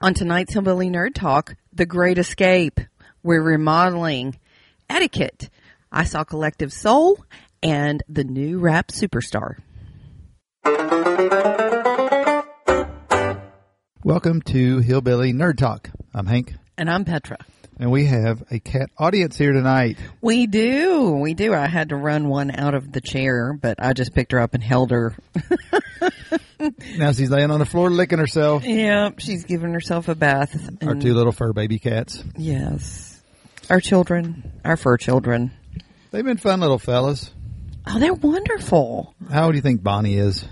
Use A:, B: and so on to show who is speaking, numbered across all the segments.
A: On tonight's Hillbilly Nerd Talk, The Great Escape, we're remodeling etiquette. I saw Collective Soul and the new rap superstar.
B: Welcome to Hillbilly Nerd Talk. I'm Hank,
A: And I'm Petra.
B: and we have a cat audience here tonight.
A: We do. We do. I had to run one out of the chair, but I just picked her up and held her.
B: Now she's laying on the floor licking herself.
A: yeah, she's giving herself a bath.
B: Our
A: and-
B: two little fur baby cats.
A: Yes. Our children, our fur children.
B: They've been fun little fellas.
A: Oh, they're wonderful.
B: How old do you think Bonnie is?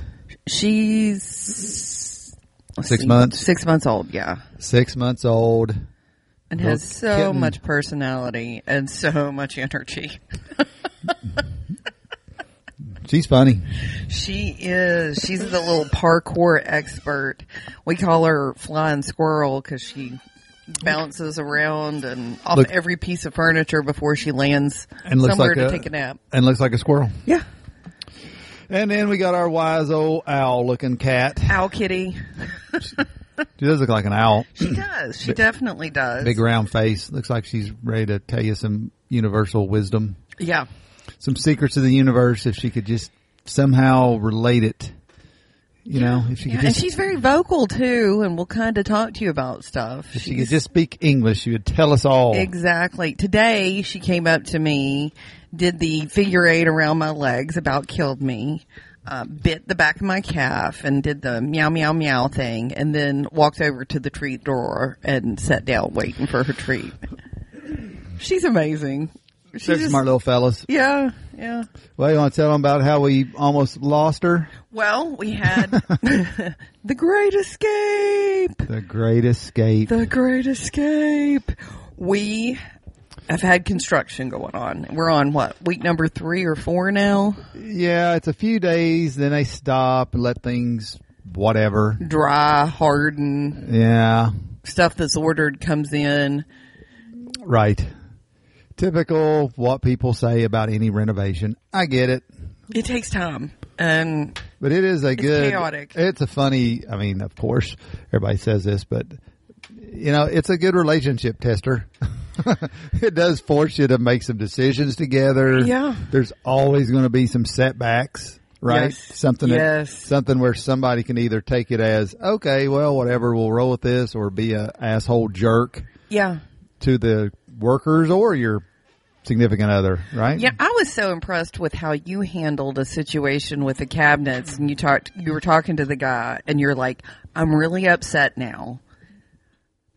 A: She's let's
B: Six months?
A: Six months old, yeah,
B: Six months old.
A: and
B: Little
A: has so
B: kitten.
A: much personality and so much energy.
B: She's funny.
A: She is. She's the little parkour expert. We call her Flying Squirrel because she bounces around and off
B: Look-
A: every piece of furniture before she lands
B: And looks
A: somewhere to
B: like a-
A: take a nap.
B: And looks like a squirrel.
A: Yeah,
B: And then we got our wise old owl looking cat.
A: owl kitty.
B: She does look like an owl.
A: She does. She definitely does.
B: Mm. Big round face. Looks like she's ready to tell you some universal wisdom.
A: Yeah.
B: some secrets of the universe if she could just somehow relate it. You know, if she
A: Yeah,
B: could
A: and
B: just
A: she's very vocal too, and will kind of talk to you about stuff.
B: if she
A: She's-
B: could just speak English, she would tell us all.
A: Exactly. Today she came up to me, did the figure eight around my legs, about killed me, uh, bit the back of my calf, and did the meow meow meow thing, and then walked over to the treat door and sat down waiting for her treat. She's amazing. She's
B: They're
A: just-
B: smart little fellas.
A: Yeah, yeah.
B: Well, you want to tell them about how we almost lost her?
A: Well, we had the great escape.
B: The great escape.
A: The Great Escape. We have had construction going on. We're on what week number three or four now.
B: yeah, it's a few days, then they stop and let things whatever.
A: Dry, harden
B: Yeah,
A: stuff that's ordered comes in.
B: right. Typical what people say about any renovation. I get it.
A: It takes time, and
B: But it is a good.
A: chaotic.
B: It's a funny. I mean, of course, everybody says this, but you know, it's a good relationship tester. it does force you to make some decisions together.
A: Yeah.
B: There's always going to be some setbacks, right?
A: Yes.
B: Something. that-
A: Yes.
B: something where somebody can either take it as okay, well, whatever, we'll roll with this, or be a asshole jerk
A: yeah,
B: to the workers or your significant other, right?
A: yeah. I was so impressed with how you handled a situation with the cabinets, and you talked. You were talking to the guy, and you're like, "I'm really upset now.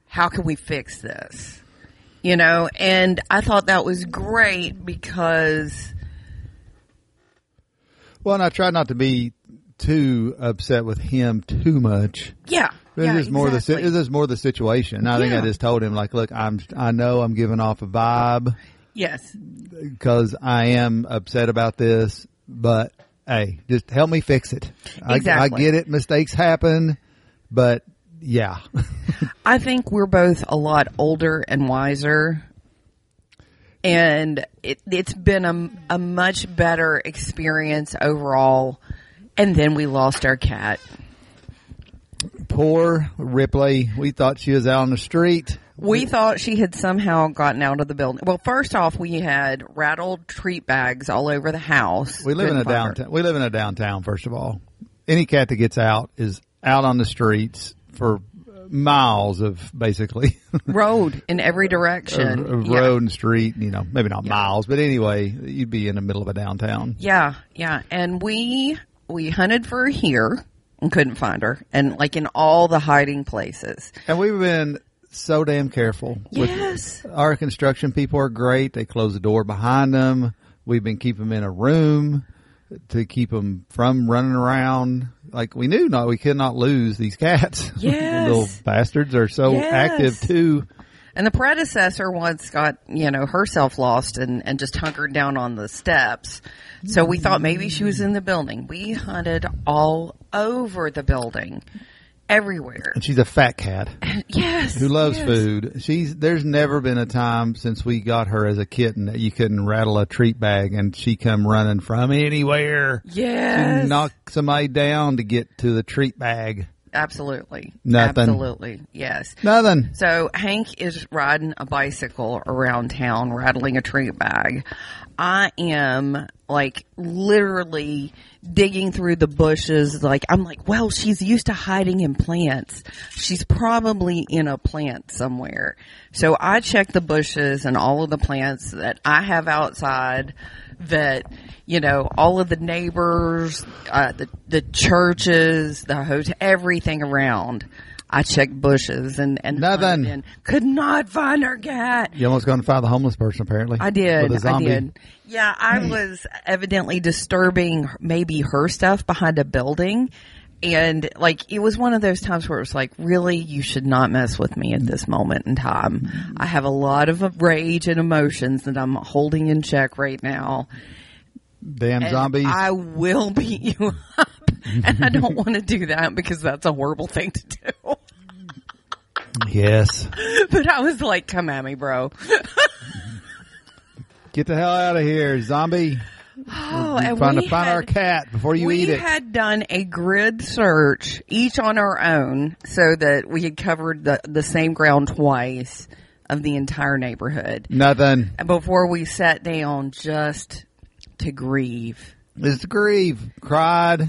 A: How can we fix this?" you know and i thought that was great because
B: Well, and I try not to be too upset with him too much.
A: yeah
B: This
A: yeah,
B: is more
A: exactly.
B: the this is more the situation. And I think
A: Yeah.
B: I just told him like, look, I'm I know I'm giving off a vibe
A: yes
B: because I am upset about this, but hey, just help me fix it. I, I
A: Exactly.
B: get it, mistakes happen, but yeah,
A: i think we're both a lot older and wiser and it, it's been a, a much better experience overall and then we lost our cat
B: poor Ripley. We thought she was out on the street.
A: we thought she had somehow gotten out of the building. Well, first off, we had rattled treat bags all over the house.
B: We live in a
A: Couldn't find her.
B: downtown. We live in a downtown. First of all, any cat that gets out is out on the streets for miles of basically
A: road in every direction.
B: of, of
A: Yeah.
B: road and street. You know, maybe not miles, but anyway, you'd be in the middle of a downtown.
A: Yeah, yeah. And we we hunted for her here and couldn't find her. And like in all the hiding places.
B: And we've been so damn careful. with-
A: Yes.
B: our construction people are great. They close the door behind them. We've been keeping them in a room to keep them from running around. Like we knew, not we could not lose these cats.
A: Yes.
B: little bastards are so
A: Yes.
B: active too.
A: And the predecessor once got, you know, herself lost and, and just hunkered down on the steps. So we thought maybe she was in the building. We hunted all over the building. Everywhere.
B: And she's a fat cat
A: Yes.
B: who loves
A: yes.
B: food. She's there's never been a time since we got her as a kitten that you couldn't rattle a treat bag and she come running from anywhere.
A: Yes.
B: Knock somebody down to get to the treat bag.
A: Absolutely.
B: Nothing.
A: Absolutely. Yes.
B: Nothing.
A: So Hank is riding a bicycle around town, rattling a treat bag. I am like literally digging through the bushes. Like I'm like, well, she's used to hiding in plants. She's probably in a plant somewhere. So I check the bushes and all of the plants that I have outside that, you know, all of the neighbors, uh, the, the churches, the hotel, everything around. I checked bushes and and hunted
B: Nothing.
A: in. could not find her cat.
B: You almost gonna find the homeless person apparently.
A: I did.
B: With a
A: I
B: zombie. Hmm.
A: did. Yeah, I was evidently disturbing maybe her stuff behind a building. And like it was one of those times where it was like, really, you should not mess with me at this moment in
B: Hmm.
A: time. I have a lot of rage and emotions that I'm holding in check right now.
B: Damn
A: And
B: zombies.
A: I will beat you up. and I don't want to do that because that's a horrible thing to do.
B: yes.
A: but I was like, come at me, bro.
B: Get the hell out of here, zombie.
A: Oh,
B: Trying
A: and
B: find
A: we
B: to find
A: had,
B: our cat before you
A: we
B: eat it.
A: had done a grid search, each on our own, so that we had covered the, the same ground twice of the entire neighborhood
B: Nothing.
A: And before we sat down just to grieve.
B: It's grieve. Cried.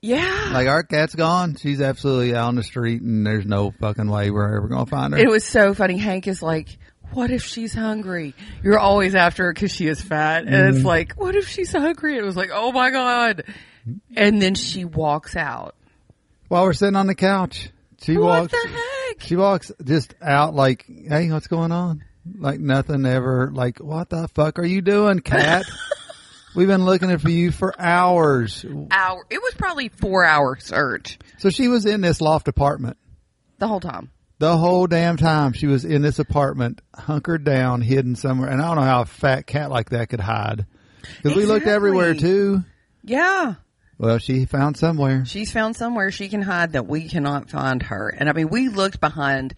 A: Yeah.
B: Like our cat's gone. She's absolutely out on the street, and there's no fucking way we're ever gonna find her.
A: It was so funny. Hank is like, what if she's hungry? You're always after her because she is fat. And it's
B: Mm-hmm.
A: like, what if she's hungry? It was like, oh my God. And then she walks out.
B: While we're sitting on the couch, she
A: What
B: walks.
A: the heck?
B: She walks just out like, hey, what's going on? Like nothing ever. Like, what the fuck are you doing, cat? We've been looking for you for hours.
A: hour. It was probably four hour search
B: So she was in this loft apartment
A: the whole time.
B: the whole damn time. She was in this apartment, hunkered down, hidden somewhere. And I don't know how a fat cat like that could hide. Because we looked
A: Exactly.
B: everywhere too.
A: Yeah,
B: Well, she found somewhere.
A: she's found somewhere she can hide that we cannot find her. And I mean, we looked behind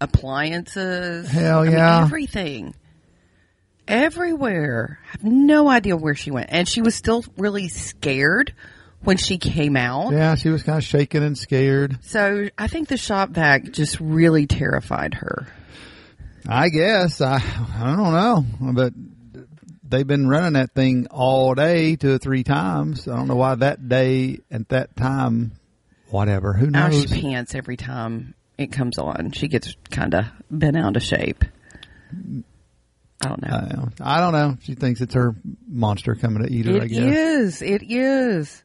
A: appliances.
B: Hell
A: I mean,
B: yeah.
A: everything, everywhere. I have no idea where she went, and she was still really scared when she came out.
B: Yeah, she was kind of shaking and scared.
A: So I think the shop vac just really terrified her.
B: I guess I I don't know, but they've been running that thing all day, two or three times. I don't know why that day at that time, whatever. Who
A: Now she
B: knows?
A: pants every time it comes on. She gets kind of bent out of shape. I don't know.
B: I don't know. I don't know. She thinks it's her monster coming to eat her. I
A: It
B: guess.
A: is. It is.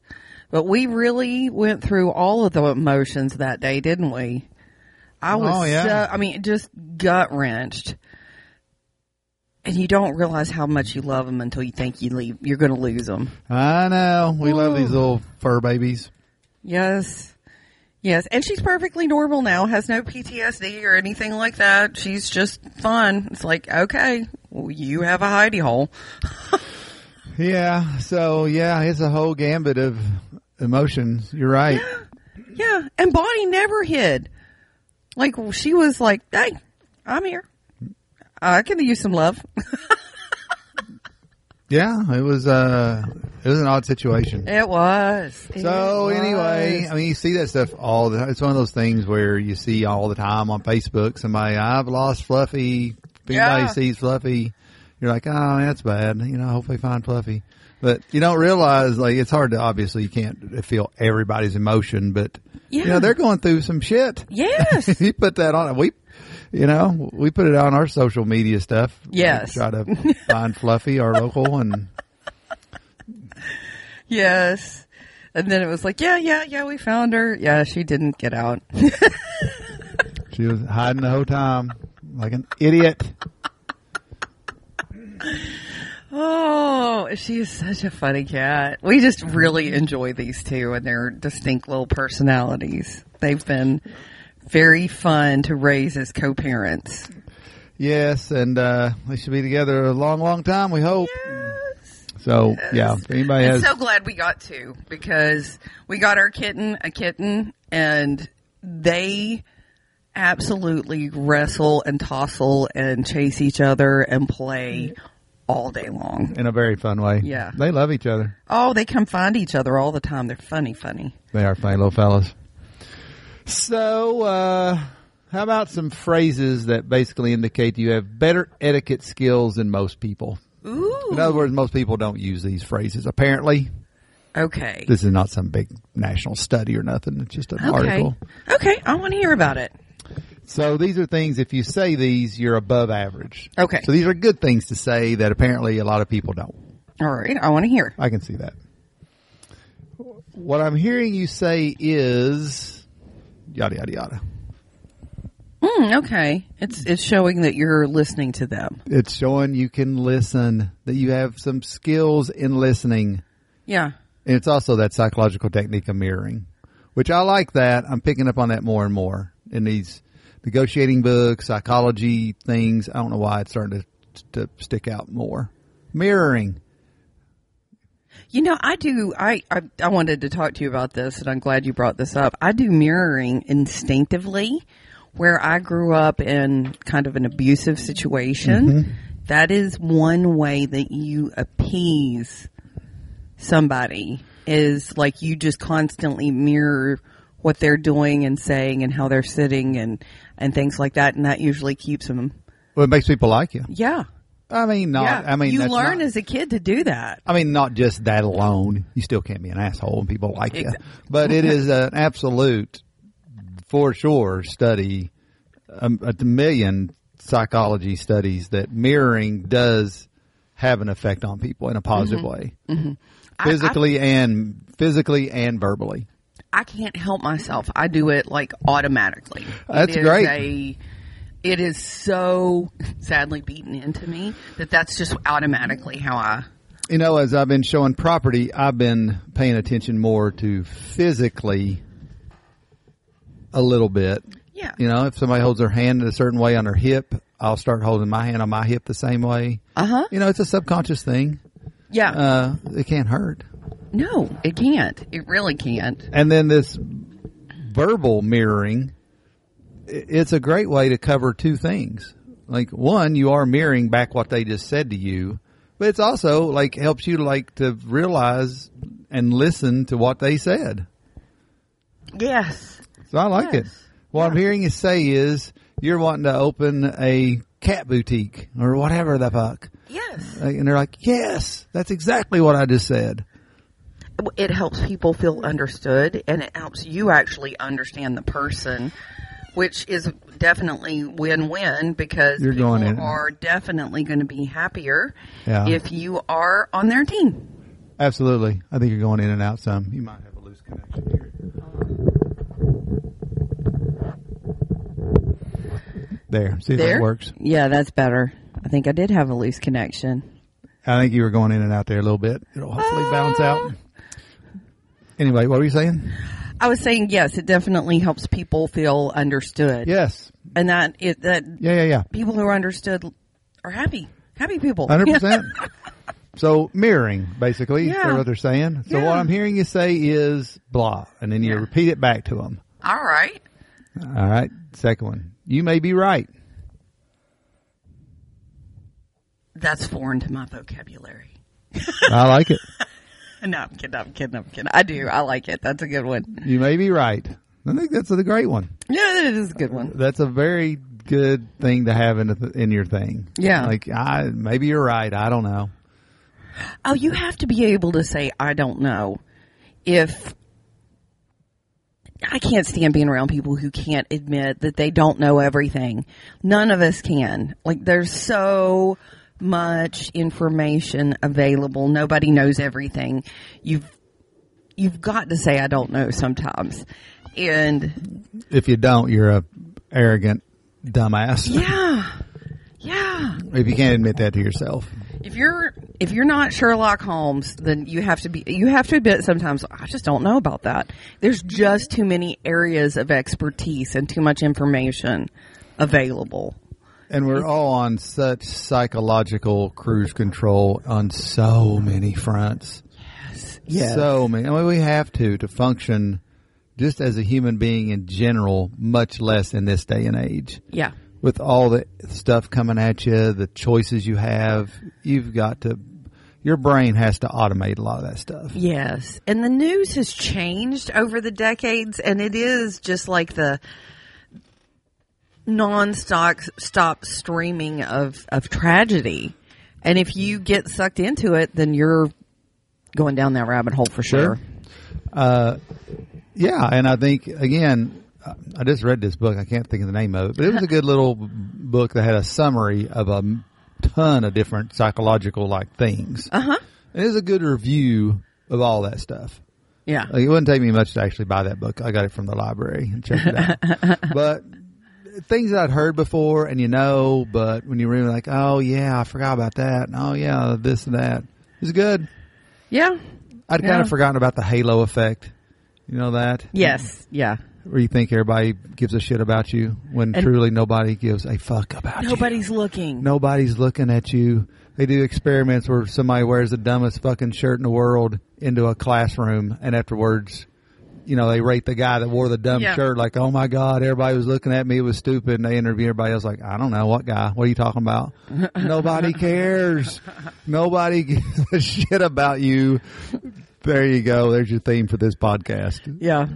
A: But we really went through all of the emotions that day, didn't we? I was
B: Oh, yeah.
A: so, I mean, just gut wrenched. And you don't realize how much you love them until you think you leave, you're going to lose them.
B: I know. We love these little fur babies.
A: Yes. Yes. And she's perfectly normal now, has no PTSD or anything like that. She's just fun. It's like, okay, well, you have a hidey hole.
B: Yeah. So yeah, it's a whole gambit of emotions. You're right.
A: Yeah, and Bonnie never hid. Like she was like, "Hey, I'm here. I can use some love."
B: Yeah. It was uh it was an odd situation.
A: it was. It
B: So
A: was.
B: anyway, I mean, you see that stuff all the. It's one of those things where you see all the time on Facebook. Somebody, I've lost Fluffy. If anybody
A: Yeah.
B: sees Fluffy, you're like, oh, that's bad. You know, I hope they find Fluffy. But you don't realize, like, it's hard to obviously you can't feel everybody's emotion, but you
A: Yeah.
B: know they're going through some shit.
A: yes,
B: you put that on we, you know, we put it on our social media stuff.
A: Yes.
B: try to find Fluffy, our local, and
A: yes. And then it was like, "Yeah, yeah, yeah, we found her. Yeah, she didn't get out."
B: she was hiding the whole time like an idiot.
A: oh, she is such a funny cat. We just really enjoy these two and their distinct little personalities. They've been very fun to raise as co-parents.
B: Yes, and uh, we should be together a long, long time. We hope. So yeah, if anybody
A: I'm
B: has
A: so glad we got to because we got our kitten, a kitten, and they absolutely wrestle and tossle and chase each other and play all day long.
B: in a very fun way.
A: Yeah.
B: they love each other.
A: Oh, they come find each other all the time. They're funny, funny.
B: They are funny little fellas. So, uh, how about some phrases that basically indicate you have better etiquette skills than most people? In
A: Ooh.
B: other words, most people don't use these phrases. Apparently,
A: Okay.
B: this is not some big national study or nothing. It's just an
A: Okay.
B: article.
A: Okay. I want to hear about it.
B: So these are things. If you say these, you're above average.
A: Okay.
B: So these are good things to say that apparently a lot of people don't.
A: All right. I want to hear.
B: I can see that. What I'm hearing you say is yada yada yada.
A: Mm, okay. It's it's showing that you're listening to them.
B: It's showing you can listen, that you have some skills in listening.
A: Yeah.
B: And it's also that psychological technique of mirroring, which I like that. I'm picking up on that more and more in these negotiating books, psychology things. I don't know why it's starting to, to stick out more. Mirroring.
A: You know, I do. I, I I wanted to talk to you about this, and I'm glad you brought this up. I do mirroring instinctively, where I grew up in kind of an abusive situation.
B: Mm-hmm.
A: That is one way that you appease somebody is like you just constantly mirror what they're doing and saying and how they're sitting and and things like that, and that usually keeps them.
B: Well, it makes people like you.
A: Yeah,
B: I mean, not,
A: yeah.
B: I mean,
A: you
B: that's
A: learn
B: not-
A: as a kid to do that.
B: I mean, not just that alone. You still can be an asshole and people like you.
A: Exa-
B: But it is an absolute, for sure, study, um, a million psychology studies that mirroring does have an effect on people in a positive way.
A: Mm-hmm. I- I-
B: Physically and physically and verbally.
A: I can't help myself. I do it like automatically.
B: That's
A: it is
B: great.
A: A, it is so sadly beaten into me that that's just automatically how I.
B: You know, as I've been showing property, I've been paying attention more to physically a little bit.
A: Yeah.
B: You know, if somebody holds their hand in a certain way on their hip, I'll start holding my hand on my hip the same way.
A: Uh huh.
B: You know, it's a subconscious thing.
A: Yeah.
B: Uh, it can't hurt.
A: no, it can't. It really can't.
B: And then this verbal mirroring, i- it's a great way to cover two things. Like one, you are mirroring back what they just said to you, but it's also like helps you like to realize and listen to what they said.
A: Yes.
B: So I like it.
A: Yes.
B: What I'm hearing you say is you're wanting to open a cat boutique or whatever the fuck.
A: Yes.
B: Like, And they're like, yes, that's exactly what I just said.
A: It helps people feel understood and it helps you actually understand the person, which is definitely win win because
B: You're
A: people
B: going in-
A: are definitely going to be happier
B: Yeah.
A: if you are on their team.
B: Absolutely. I think you're going in and out some. You might have a loose connection here. There. See if that works.
A: Yeah, that's better. I think I did have a loose connection.
B: I think you were going in and out there a little bit. It'll hopefully
A: Uh,
B: balance out. Anyway, what were you saying?
A: I was saying yes, it definitely helps people feel understood.
B: Yes.
A: And that it that
B: Yeah, yeah, yeah.
A: people who are understood are happy. Happy people.
B: Hundred percent. So mirroring, basically, is
A: Yeah.
B: what they're saying. So
A: Yeah.
B: what I'm hearing you say is blah, and then you
A: Yeah.
B: repeat it back to them.
A: All right.
B: All right. Second one. You may be right.
A: That's foreign to my vocabulary.
B: I like it.
A: No, I'm kidding, I'm kidding, I'm kidding. I do. I like it. That's a good one.
B: You may be right. I think that's a great one.
A: Yeah, that is a good one.
B: That's a very good thing to have in a- in your thing.
A: Yeah.
B: Like I maybe you're right. I don't know.
A: Oh, you have to be able to say I don't know if I can't stand being around people who can't admit that they don't know everything. None of us can. Like there's so much information available. Nobody knows everything. You've you've got to say I don't know sometimes. And
B: If you don't, you're a arrogant dumbass.
A: yeah. Yeah.
B: If you can't admit that to yourself.
A: If you're if you're not Sherlock Holmes, then you have to be you have to admit sometimes I just don't know about that. There's just too many areas of expertise and too much information available.
B: And we're all on such psychological cruise control on so many fronts.
A: Yes.
B: So many. I mean, we have to to function just as a human being in general, much less in this day and age.
A: Yeah.
B: With all the stuff coming at you, the choices you have, you've got to your brain has to automate a lot of that stuff.
A: Yes. And the news has changed over the decades and it is just like the non-stop stop streaming of of tragedy. And if you get sucked into it, then you're going down that rabbit hole for sure.
B: Yeah, and I think again, I- I just read this book. I can't think of the name of it, but it was a good little book that had a summary of a ton of different psychological like things. Uh huh. It was a good review of all that stuff.
A: Yeah.
B: Like, it wouldn't take me much to actually buy that book. I got it from the library and checked it out. but things that I'd heard before and you know, but when you're really like, oh yeah, I forgot about that. And, oh yeah, this and that. It's good.
A: Yeah.
B: I'd kind
A: Yeah.
B: of forgotten about the halo effect. You know that?
A: Yes. Yeah.
B: Where you think everybody gives a shit about you when
A: And-
B: truly nobody gives a fuck about you.
A: Nobody's looking.
B: Nobody's looking at you. They do experiments where somebody wears the dumbest fucking shirt in the world into a classroom, and afterwards, you know, they rate the guy that wore the dumb
A: Yeah.
B: shirt like, "Oh my god, everybody was looking at me. It was stupid." And they interview everybody else like, "I don't know what guy. What are you talking about? Nobody cares. Nobody gives a shit about you." There you go. There's your theme for this podcast.
A: Yeah.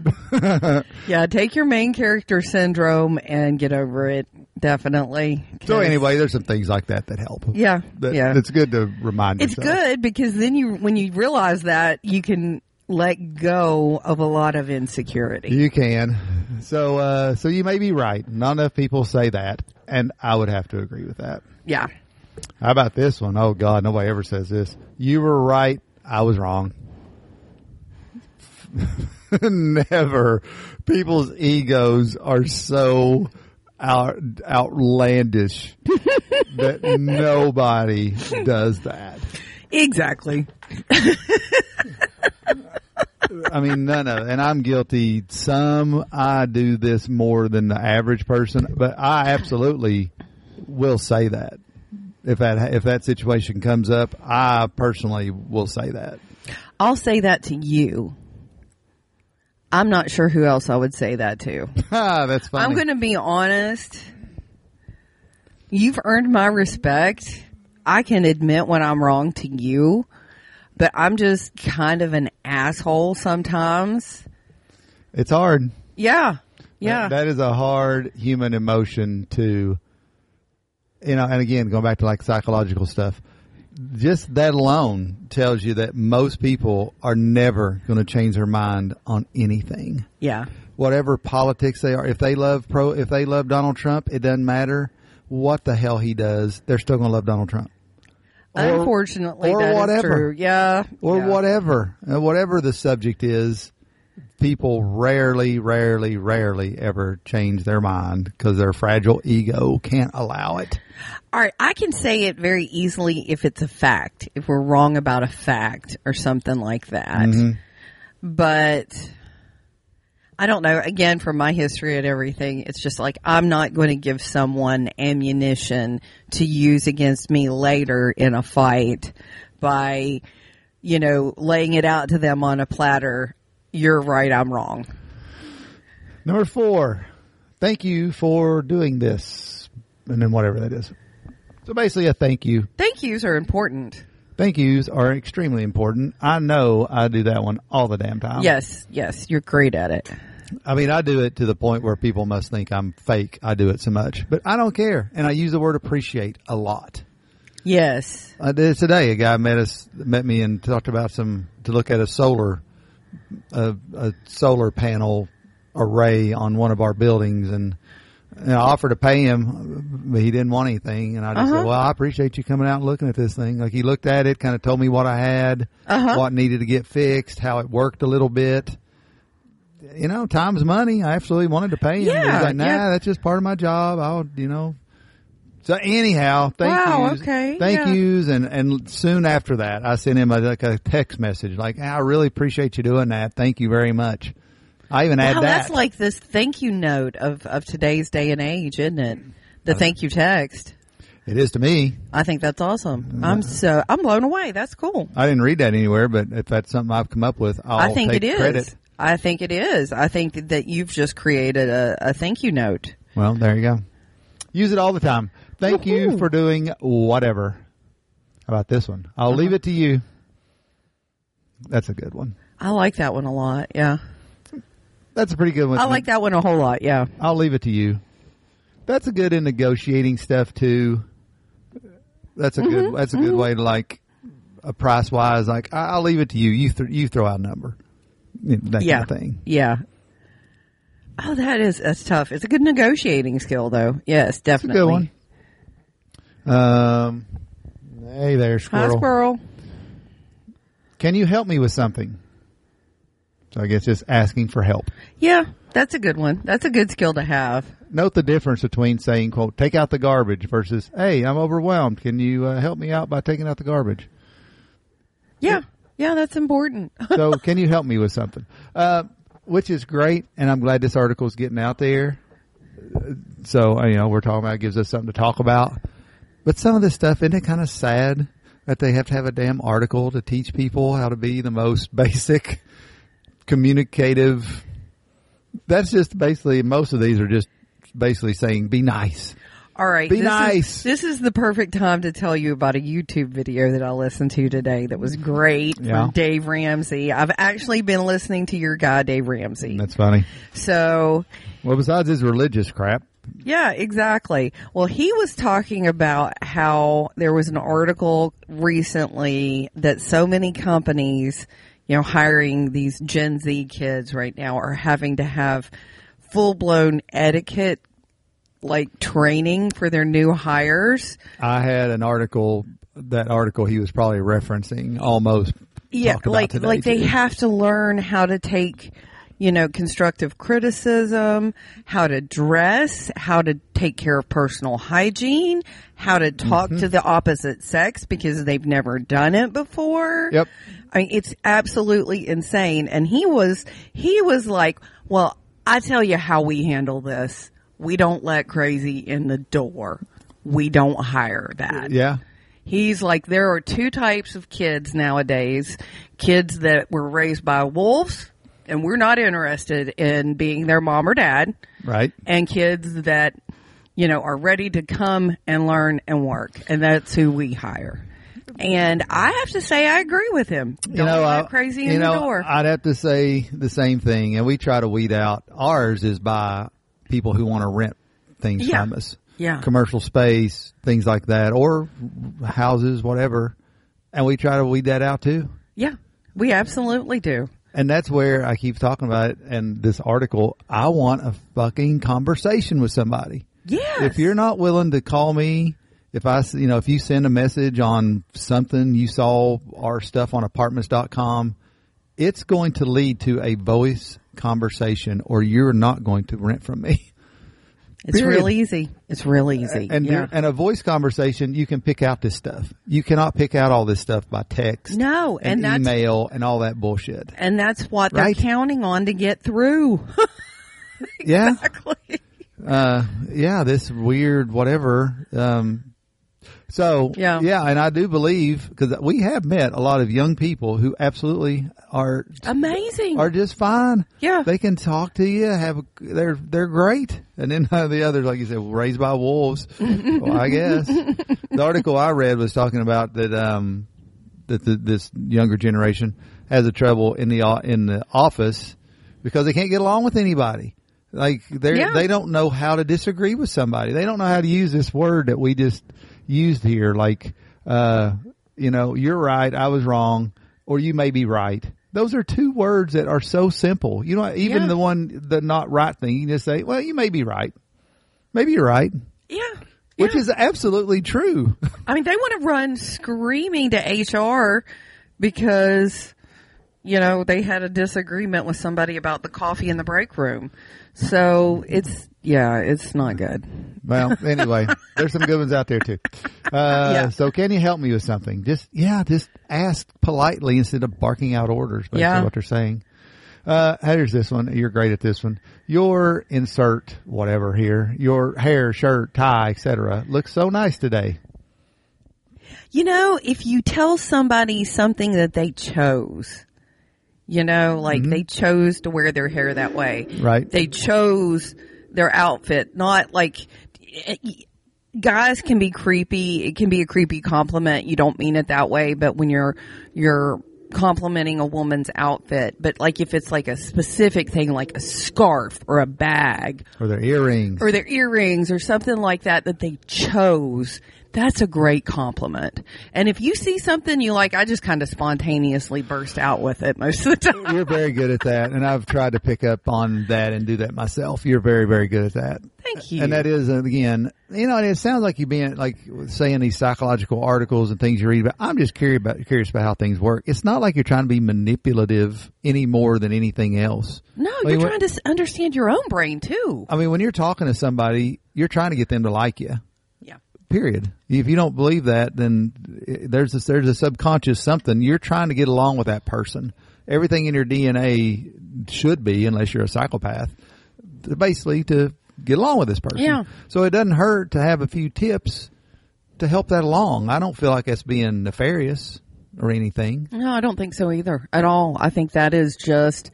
A: yeah. Take your main character syndrome and get over it. Definitely.
B: So
A: 'Cause-
B: anyway, there's some things like that that help.
A: Yeah.
B: That,
A: yeah.
B: It's good to remind
A: It's uh,
B: yourself.
A: good because then you, when you realize that, you can let go of a lot of insecurity.
B: You can. So, uh, so you may be right. Not enough people say that, and I would have to agree with that.
A: Yeah.
B: How about this one? Oh God, nobody ever says this. You were right. I was wrong. Never. People's egos are so out, outlandish that nobody does that.
A: Exactly.
B: I mean, no, no, and I'm guilty. Some I do this more than the average person, but I absolutely will say that if that if that situation comes up, I personally will say that.
A: I'll say that to you. I'm not sure who else I would say that to.
B: Ah, that's funny.
A: I'm going to be honest. You've earned my respect. I can admit when I'm wrong to you, but I'm just kind of an asshole sometimes.
B: it's hard.
A: Yeah. Yeah.
B: That- that is a hard human emotion to, you know, and again, going back to like psychological stuff, just that alone tells you that most people are never going to change their mind on anything.
A: yeah.
B: whatever politics they are. If they love pro, if they love Donald Trump, it doesn't matter what the hell he does. They're still going to love Donald Trump Or-
A: Unfortunately,
B: or
A: that is
B: whatever.
A: true. Yeah.
B: or
A: yeah.
B: whatever, Uh, whatever the subject is. People rarely, rarely, rarely ever change their mind because their fragile ego can't allow it.
A: All right, I can say it very easily if it's a fact, if we're wrong about a fact or something like that. But I don't know. Again, from my history and everything, it's just like I'm not going to give someone ammunition to use against me later in a fight by, you know, laying it out to them on a platter. You're right, I'm wrong.
B: Number four, thank you for doing this, and then whatever that is. So basically, a thank you.
A: Thank yous are important.
B: Thank yous are extremely important. I know I do that one all the damn time.
A: Yes, yes, you're great at it.
B: I mean, I do it to the point where people must think I'm fake. I do it so much, but I don't care. And I use the word appreciate a lot.
A: Yes.
B: I did it today. A guy met us, met me, and talked about some to look at a solar, a, a solar panel array on one of our buildings, and, and I offered to pay him, but he didn't want anything. And I just said,
A: Uh-huh.
B: "Well, I appreciate you coming out and looking at this thing." Like he looked at it, kind of told me what I had,
A: Uh-huh.
B: what needed to get fixed, how it worked a little bit. You know, time's money. I absolutely wanted to pay him. He was
A: Yeah,
B: like, "Nah,
A: yeah.
B: that's just part of my job. I'll, you know." So anyhow, thank
A: Wow,
B: yous.
A: okay,
B: Thank
A: yeah.
B: yous. And, and soon after that, I sent him a, like a text message like, I really appreciate you doing that. Thank you very much. I even had
A: Wow,
B: that.
A: that's like this thank you note of, of today's day and age, isn't it?
B: Oh,
A: The thank you text.
B: it is to me.
A: I think that's
B: Mm-hmm.
A: awesome. I'm so I'm blown away. That's cool.
B: I didn't read that anywhere, but if that's something I've come up with, I'll
A: i think
B: take
A: it is.
B: credit.
A: I think it is. I think that- that you've just created a, a thank you note.
B: Well, there you go. Use it all the time. Thank you
A: Woohoo.
B: for doing whatever. How about this one?
A: Uh-huh.
B: I'll leave it to you. That's a good one.
A: I like that one a lot. Yeah.
B: That's a pretty good one.
A: I like that one a whole lot. Yeah.
B: I'll leave it to you. That's a good in negotiating stuff too. That's a
A: Mm-hmm.
B: good. That's a good way to like a price wise. Like I, I'll leave it to you. You th- you throw out a number. You know, That
A: Yeah.
B: kind of thing.
A: Yeah. Oh, that is that's tough. It's a good negotiating skill, though. Yes,
B: It's a
A: definitely.
B: good one. Um. Hey there,
A: Hi,
B: squirrel.
A: squirrel.
B: Can you help me with something? So I guess just asking for help.
A: Yeah, that's a good one. That's a good skill to have.
B: Note the difference between saying, "quote Take out the garbage" versus "Hey, I'm overwhelmed. Can you uh, help me out by taking out the garbage?"
A: Yeah, yeah, that's important.
B: so can you help me with something? Uh, which is great, and I'm glad this article's getting out there. Uh, So you know, we're talking about it gives us something to talk about. But some of this stuff isn't it kind of sad that they have to have a damn article to teach people how to be the most basic communicative. That's just basically most of these are just basically saying be nice.
A: All right,
B: Be
A: this is-
B: nice.
A: this is the perfect time to tell you about a YouTube video that I listened to today that was great
B: Yeah.
A: from Dave Ramsey. I've actually been listening to your guy Dave Ramsey,
B: That's funny.
A: so
B: Well, besides his religious crap,
A: Yeah, exactly. Well, he was talking about how there was an article recently that so many companies, you know, hiring these Gen Z kids right now are having to have full blown etiquette like training for their new hires.
B: I had an article. That article he was probably referencing almost.
A: Yeah,
B: talked about
A: like
B: today,
A: like they
B: too.
A: have to learn how to take, you know, constructive criticism, how to dress, how to take care of personal hygiene, how to talk
B: Mm-hmm.
A: to the opposite sex because they've never done it before.
B: Yep.
A: I mean, it's absolutely insane. And he was he was like, "Well, I tell you how we handle this. We don't let crazy in the door. We don't hire that."
B: Yeah.
A: He's like, there are two types of kids nowadays kids that were raised by wolves, and we're not interested in being their mom or dad,
B: Right.
A: and kids that, you know, are ready to come and learn and work. And that's who we hire. And I have to say, I agree with him. Don't
B: you know,
A: let
B: I-
A: crazy
B: you
A: in
B: know,
A: the door.
B: I'd have to say the same thing, and we try to weed out. Ours is by people who want to rent things
A: Yeah.
B: from us,
A: Yeah.
B: commercial space, things like that, or houses, whatever. And we try to weed that out too.
A: yeah, we absolutely do.
B: And that's where I keep talking about it. And this article, I want a fucking conversation with somebody.
A: Yes.
B: If you're not willing to call me, if I, s- you know, if you send a message on something you saw our stuff on apartments.com, it's going to lead to a voice conversation or you're not going to rent from me.
A: it's
B: period.
A: real easy. It's real easy.
B: And
A: yeah.
B: and a voice conversation, you can pick out this stuff. You cannot pick out all this stuff by text.
A: No, and
B: and,
A: that's-
B: email and all that bullshit.
A: and that's what they're
B: Right.
A: counting on to get through.
B: Yeah.
A: exactly.
B: uh, yeah, this weird whatever. Um, so
A: Yeah.
B: and I do believe because we have met a lot of young people who absolutely are
A: Amazing.
B: are just fine.
A: Yeah.
B: they can talk to you. Have a, they're they're great, and then uh, the others, like you said, raised by wolves. well, I guess the article I read was talking about that um, that the, this younger generation has a trouble in the o- in the office because they can't get along with anybody. Like they
A: Yeah.
B: are they don't know how to disagree with somebody. They don't know how to use this word that we just used here. Like uh, you know, you're right, I was wrong, or you may be right. Those are two words that are so simple. You know, even
A: Yeah.
B: the one the not right thing, you just say, "Well, you may be right. Maybe you're right,"
A: yeah.
B: which
A: Yeah.
B: is absolutely true.
A: I mean, they want to run screaming to HR because, you know, they had a disagreement with somebody about the coffee in the break room. So it's, yeah, it's not good.
B: Well, anyway, there's some good ones out there too. Uh,
A: Yeah.
B: So, can you help me with something? Just yeah, just ask politely instead of barking out orders. Basically,
A: Yeah.
B: what they're saying. Uh, here's this one. You're great at this one. Your insert whatever here. Your hair, shirt, tie, etc. Looks so nice today.
A: You know, if you tell somebody something that they chose, you know, like they chose to wear their hair that way.
B: Right.
A: They chose their outfit, not like guys can be creepy. It can be a creepy compliment. You don't mean it that way, but when you're you're complimenting a woman's outfit, but like if it's like a specific thing like a scarf or a bag
B: or their earrings.
A: or their earrings or something like that that they chose, that's a great compliment. And if you see something you like, I just kind of spontaneously burst out with it most of the time.
B: You're very good at that, and I've tried to pick up on that and do that myself. You're very, very good at that.
A: Thank you.
B: And that is again, you know, and it sounds like you being like saying these psychological articles and things you read. But I'm just curious about curious about how things work. It's not like you're trying to be manipulative any more than anything else.
A: No,
B: I mean,
A: you're
B: when-
A: trying to s- understand your own brain too.
B: I mean, when you're talking to somebody, you're trying to get them to like you.
A: Yeah.
B: Period. If you don't believe that, then eh, there's a, there's a subconscious something you're trying to get along with that person. Everything in your DNA should be, unless you're a psychopath, to basically to get along with this person.
A: Yeah.
B: So it doesn't hurt to have a few tips to help that along. I don't feel like that's being nefarious or anything.
A: No, I don't think so either at all. I think that is just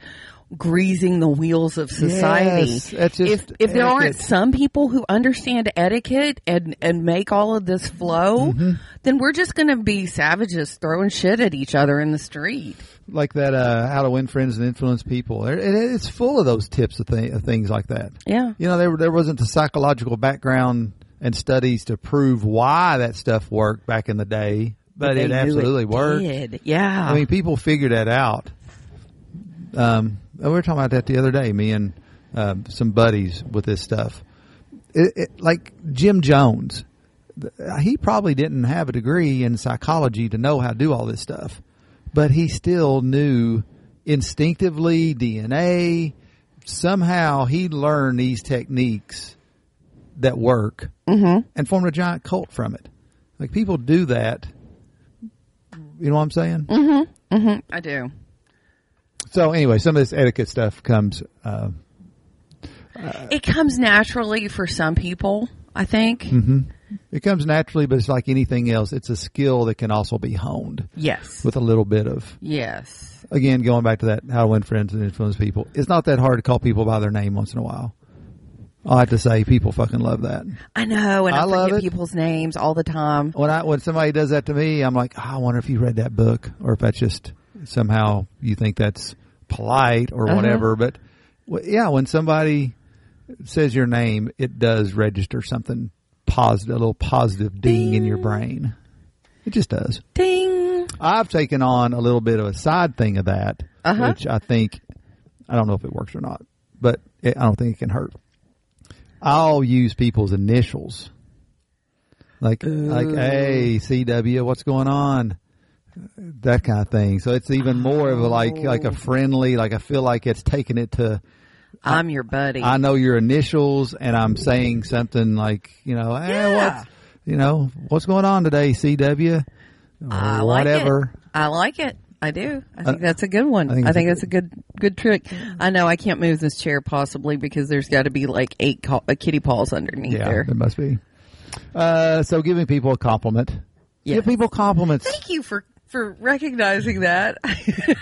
A: greasing the wheels of society.
B: Yes, that's just
A: if if there aren't
B: etiquette.
A: some people who understand etiquette and and make all of this flow,
B: Mm-hmm.
A: then we're just going to be savages throwing shit at each other in the street.
B: Like that, uh, how to win friends and influence people. It, it- it's full of those tips of, th- of things like that.
A: Yeah.
B: you know there there wasn't the psychological background and studies to prove why that stuff worked back in the day, but
A: They
B: it
A: knew
B: absolutely worked.
A: did. Yeah.
B: I mean, people figured that out. Um, we were talking about that the other day, me and um, some buddies with this stuff. It, it, like Jim Jones, th- he probably didn't have a degree in psychology to know how to do all this stuff, but he still knew instinctively DNA. Somehow he learned these techniques that work and formed a giant cult from it. Like people do that. You know what I'm saying?
A: I do.
B: So anyway, some of this etiquette stuff comes. Uh,
A: It comes naturally for some people, I think.
B: Mm-hmm. it comes naturally, but it's like anything else. It's a skill that can also be honed
A: Yes.
B: with a little bit of.
A: Yes.
B: Again, going back to that, how to win friends and influence people. It's not that hard to call people by their name once in a while. I have to say, people fucking love that.
A: I know, and I,
B: I love
A: forget
B: it.
A: people's names all the time.
B: When I when somebody does that to me, I'm like, "Oh, I wonder if you read that book, or if that's just somehow you think that's polite or whatever. But w- yeah, when somebody says your name, it does register something positive, a little positive ding in your brain. It just does.
A: Ding.
B: I've taken on a little bit of a side thing of that,
A: Uh-huh.
B: which I think I don't know if it works or not, but it, I don't think it can hurt. I'll use people's initials, like like hey CW, what's going on, that kind of thing. So it's even more of a like like
A: Oh.
B: a friendly, like I feel like it's taking it to
A: I'm your buddy.
B: I know your initials, and I'm saying something like you know, hey,
A: Yeah.
B: what's you know what's going on today, CW, or
A: I like it.
B: whatever. Uh,
A: I like it. I do. I think that's a good one. I think,
B: think
A: that's
B: it's a
A: a good good trick. I know I can't move this chair possibly because there's got to be like eight co- uh, kitty paws underneath
B: Yeah,
A: there.
B: it must be. Uh, so giving people a compliment.
A: Yes.
B: Give people compliments.
A: Thank you for for recognizing that.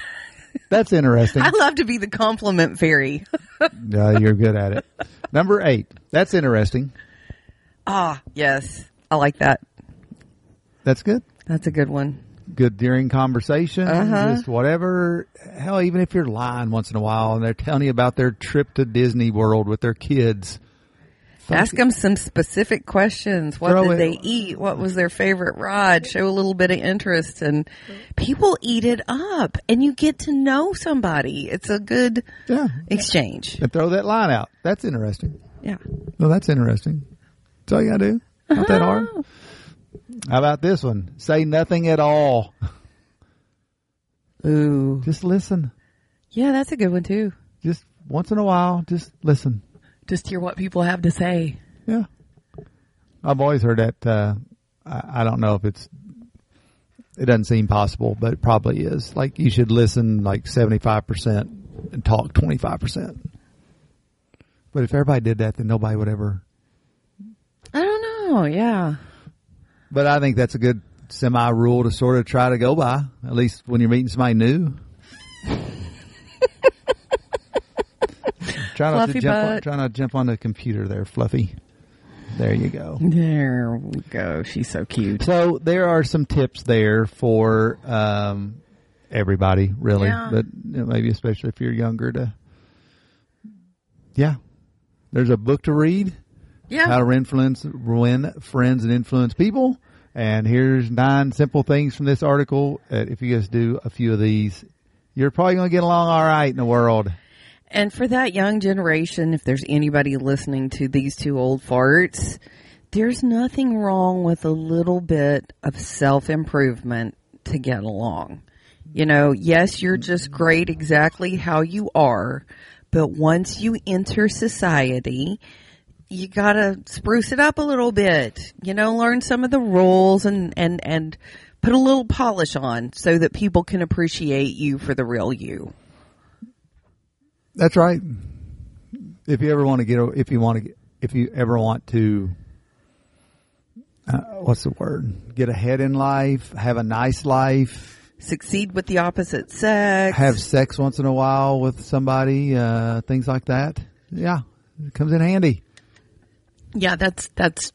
B: That's interesting.
A: I love to be the compliment fairy.
B: Yeah, you're good at it. Number eight. That's interesting.
A: ah, yes. I like that.
B: That's good.
A: That's a good one.
B: Good during conversation,
A: Uh-huh.
B: just whatever. Hell, even if you're lying once in a while and they're telling you about their trip to Disney World with their kids. Fuck
A: Ask them some specific questions. What
B: Throw
A: did
B: it-
A: they eat? What was their favorite ride? Show a little bit of interest and people eat it up and you get to know somebody. It's a good
B: Yeah.
A: exchange.
B: And throw that line out. That's interesting.
A: Yeah.
B: Well, that's interesting. That's all you gotta do. Not that hard. How about this one? Say nothing at all.
A: Ooh.
B: Just listen.
A: Yeah, that's a good one too.
B: just once in a while, just listen.
A: Just hear what people have to say.
B: Yeah. I've always heard that. Uh, I, I don't know if it's, it doesn't seem possible, but it probably is. Like you should listen like 75% and talk 25%. But if everybody did that, then nobody would ever.
A: I don't know. Yeah.
B: But I think that's a good semi rule to sort of try to go by, at least when you're meeting somebody new. try, not
A: Fluffy
B: to jump on,
A: butt.
B: try not to jump on the computer there, Fluffy. There you go.
A: There we go. She's so cute.
B: Mm-hmm. So there are some tips there for um, everybody, really,
A: Yeah.
B: but you know, maybe especially if you're younger to. Yeah, there's a book to read.
A: Yeah.
B: How to influence, win friends, and influence people. And here's nine simple things from this article. Uh, if you guys do a few of these, you're probably going to get along all right in the world.
A: And for that young generation, if there's anybody listening to these two old farts, there's nothing wrong with a little bit of self improvement to get along. You know, yes, you're just great exactly how you are, but once you enter society, you gotta spruce it up a little bit. You know, learn some of the rules and and and put a little polish on so that people can appreciate you for the real you.
B: That's right. If you ever want to get, o- if you want to, get, if you ever want to, uh, what's the word? Get ahead in life, have a nice life,
A: Succeed with the opposite sex.
B: have sex once in a while with somebody, uh, things like that. Yeah, it comes in handy.
A: yeah, that's that's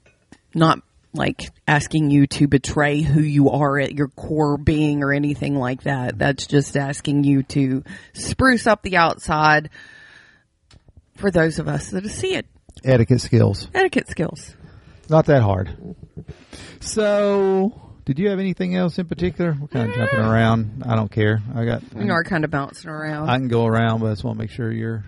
A: not like asking you to betray who you are at your core being or anything like that. That's just asking you to spruce up the outside for those of us that see it.
B: Etiquette skills.
A: Etiquette skills.
B: Not that hard. So, did you have anything else in particular? We're kind of jumping around. I don't care. I got.
A: You are kind of bouncing around.
B: Mm-hmm. I can go around, but I just want to make sure you're.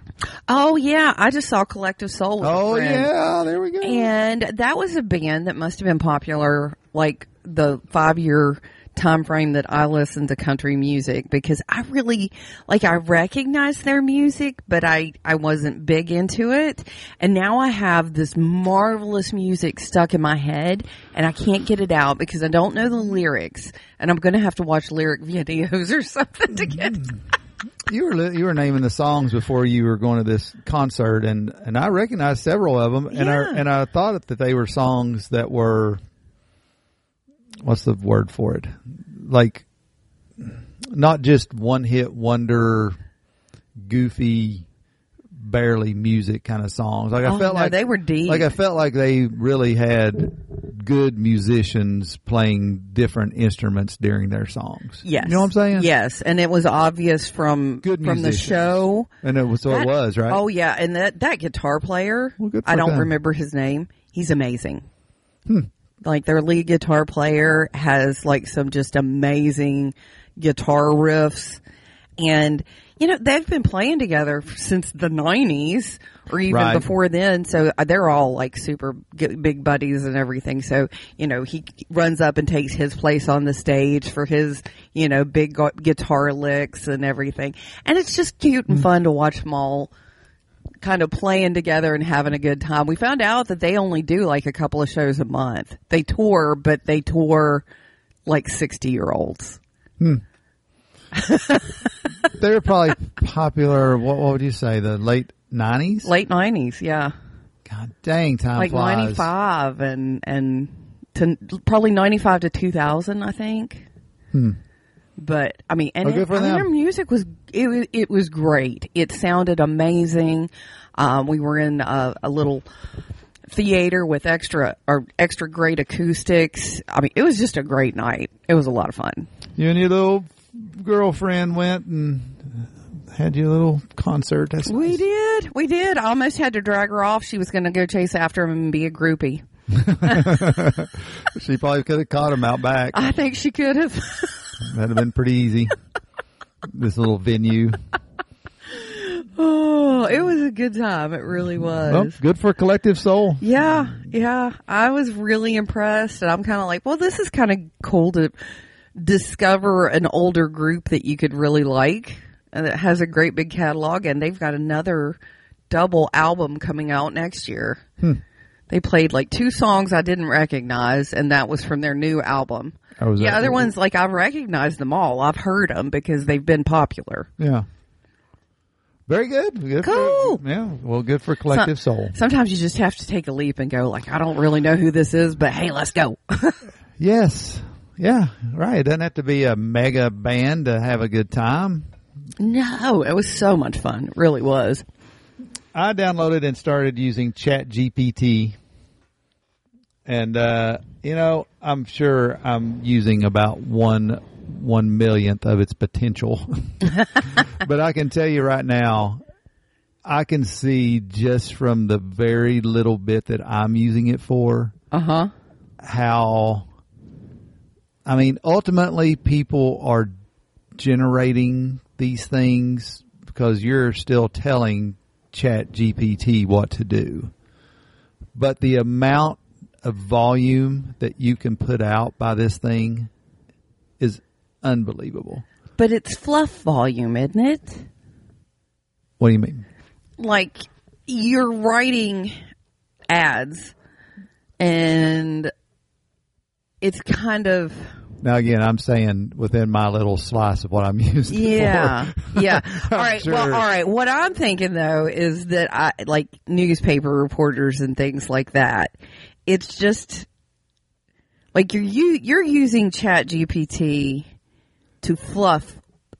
A: oh yeah, I just saw Collective Soul. With a
B: Oh
A: friend.
B: yeah, there we go.
A: and that was a band that must have been popular like the five year time frame that I listened to country music because I really like I recognized their music but I I wasn't big into it and now I have this marvelous music stuck in my head and I can't get it out because I don't know the lyrics and I'm going to have to watch lyric videos or something to get
B: Mm-hmm. you were li- you were naming the songs before you were going to this concert, and and I recognized several of them, and
A: Yeah.
B: I and I thought that they were songs that were. What's the word for it? Like, not just one hit wonder, goofy, barely music kind of songs. Like I
A: Oh,
B: felt
A: no,
B: like
A: they were deep.
B: Like I felt like they really had good musicians playing different instruments during their songs.
A: Yes.
B: you know what I'm saying?
A: Yes, and it was obvious from
B: Good
A: from the
B: musicians.
A: show
B: and it was so it
A: That-
B: was right.
A: Oh yeah, and that that guitar player,
B: Well, good
A: I
B: for
A: don't
B: them.
A: remember his name. He's amazing. Like their lead guitar player has like some just amazing guitar riffs, and you know they've been playing together since the '90s or even
B: Right.
A: before then. So uh, they're all like super g- big buddies and everything. So you know he runs up and takes his place on the stage for his you know big gu- guitar licks and everything, and it's just cute
B: Hmm.
A: and fun to watch them all kind of playing together and having a good time. We found out that they only do like a couple of shows a month. They tour, but they tour like 60 year olds.
B: They're probably popular. What, what would you say? The late nineties.
A: Late 90s, yeah.
B: God dang, time
A: Like
B: flies.
A: 95 and and to probably 95 to 2000, I think. But I mean, and
B: Hmm. Oh, good
A: it-
B: for
A: I mean,
B: them.
A: their music was it was it was great. It sounded amazing. Um, we were in a, a little theater with extra or extra great acoustics. I mean, it was just a great night. It was a lot of fun.
B: You and your little girlfriend went and had your little concert. That's
A: We did, we did. I almost had to drag her off. She was going to go chase after him and be a groupie.
B: she probably could have caught him out back.
A: I think she could have.
B: That'd have been pretty easy. this little venue.
A: Oh, it was a good time. It really was.
B: Well, good for Collective Soul.
A: Yeah, yeah. I was really impressed, and I'm kind of like, well, this is kind of cool to discover an older group that you could really like and that has a great big catalog, and they've got another double album coming out next year.
B: Hmm.
A: They played like two songs I didn't recognize, and that was from their new album.
B: Oh, is
A: yeah,
B: that-
A: other ones like I've recognized them all. I've heard them because they've been popular.
B: Yeah. Very good. Good for-
A: Cool.
B: yeah. Well, good for Collective
A: Some-
B: Soul.
A: Sometimes you just have to take a leap and go like, I don't really know who this is, but hey, let's go.
B: Yes. Yeah. Right. It doesn't have to be a mega band to have a good time.
A: No, it was so much fun. It really was.
B: I downloaded and started using ChatGPT And uh, you know, I'm sure I'm using about one one millionth of its potential. but I can tell you right now, I can see just from the very little bit that I'm using it for
A: Uh huh.
B: how I mean, ultimately people are generating these things because you're still telling Chat GPT what to do. But the amount of volume that you can put out by this thing is unbelievable.
A: But it's fluff volume, isn't it?
B: What do you mean?
A: Like you're writing ads, and it's kind of
B: Now again, I'm saying within my little slice of what I'm using. it for.
A: yeah, yeah. All right. Well,
B: sure.
A: all right. What I'm thinking though is that I like newspaper reporters and things like that. It's just like you're you, you're using Chat GPT to fluff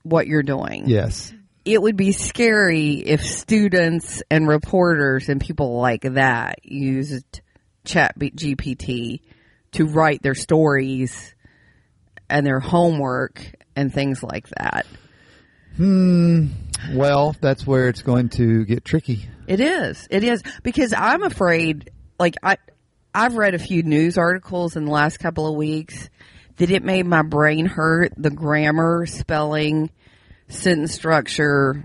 A: what you're doing.
B: Yes.
A: it would be scary if students and reporters and people like that used chat B- gpt to write their stories and their homework and things like that
B: Well, that's where it's going to get tricky.
A: It is. It is because I'm afraid. Like I, I've read a few news articles in the last couple of weeks that it made my brain hurt. The grammar, spelling, sentence structure,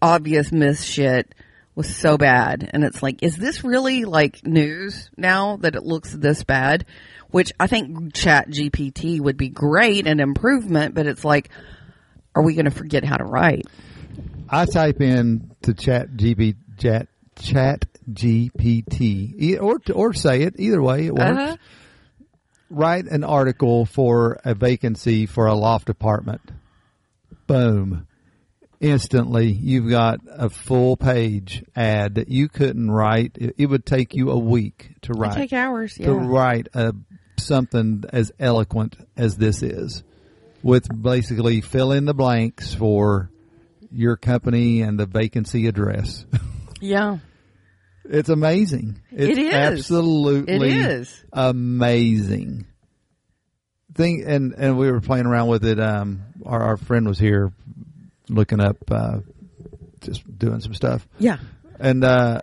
A: obvious miss shit was so bad, and it's like, is this really like news now that it looks this bad? Which I think Chat GPT would be great and improvement, but it's like, are we going to forget how to write?
B: I type in to chat GB chat chat GPT e- or or say it either way it works.
A: Uh-huh.
B: Write an article for a vacancy for a loft apartment. Boom. Instantly, you've got a full page ad that you couldn't write. It, it would take you a week to write
A: Take hours. Yeah.
B: to write a something as eloquent as this is, with basically fill in the blanks for your company and the vacancy address.
A: Yeah.
B: It's amazing. It's
A: It is.
B: absolutely
A: It is.
B: amazing. Thing and and we were playing around with it. Um, our our friend was here looking up, uh, just doing some stuff.
A: Yeah.
B: and uh,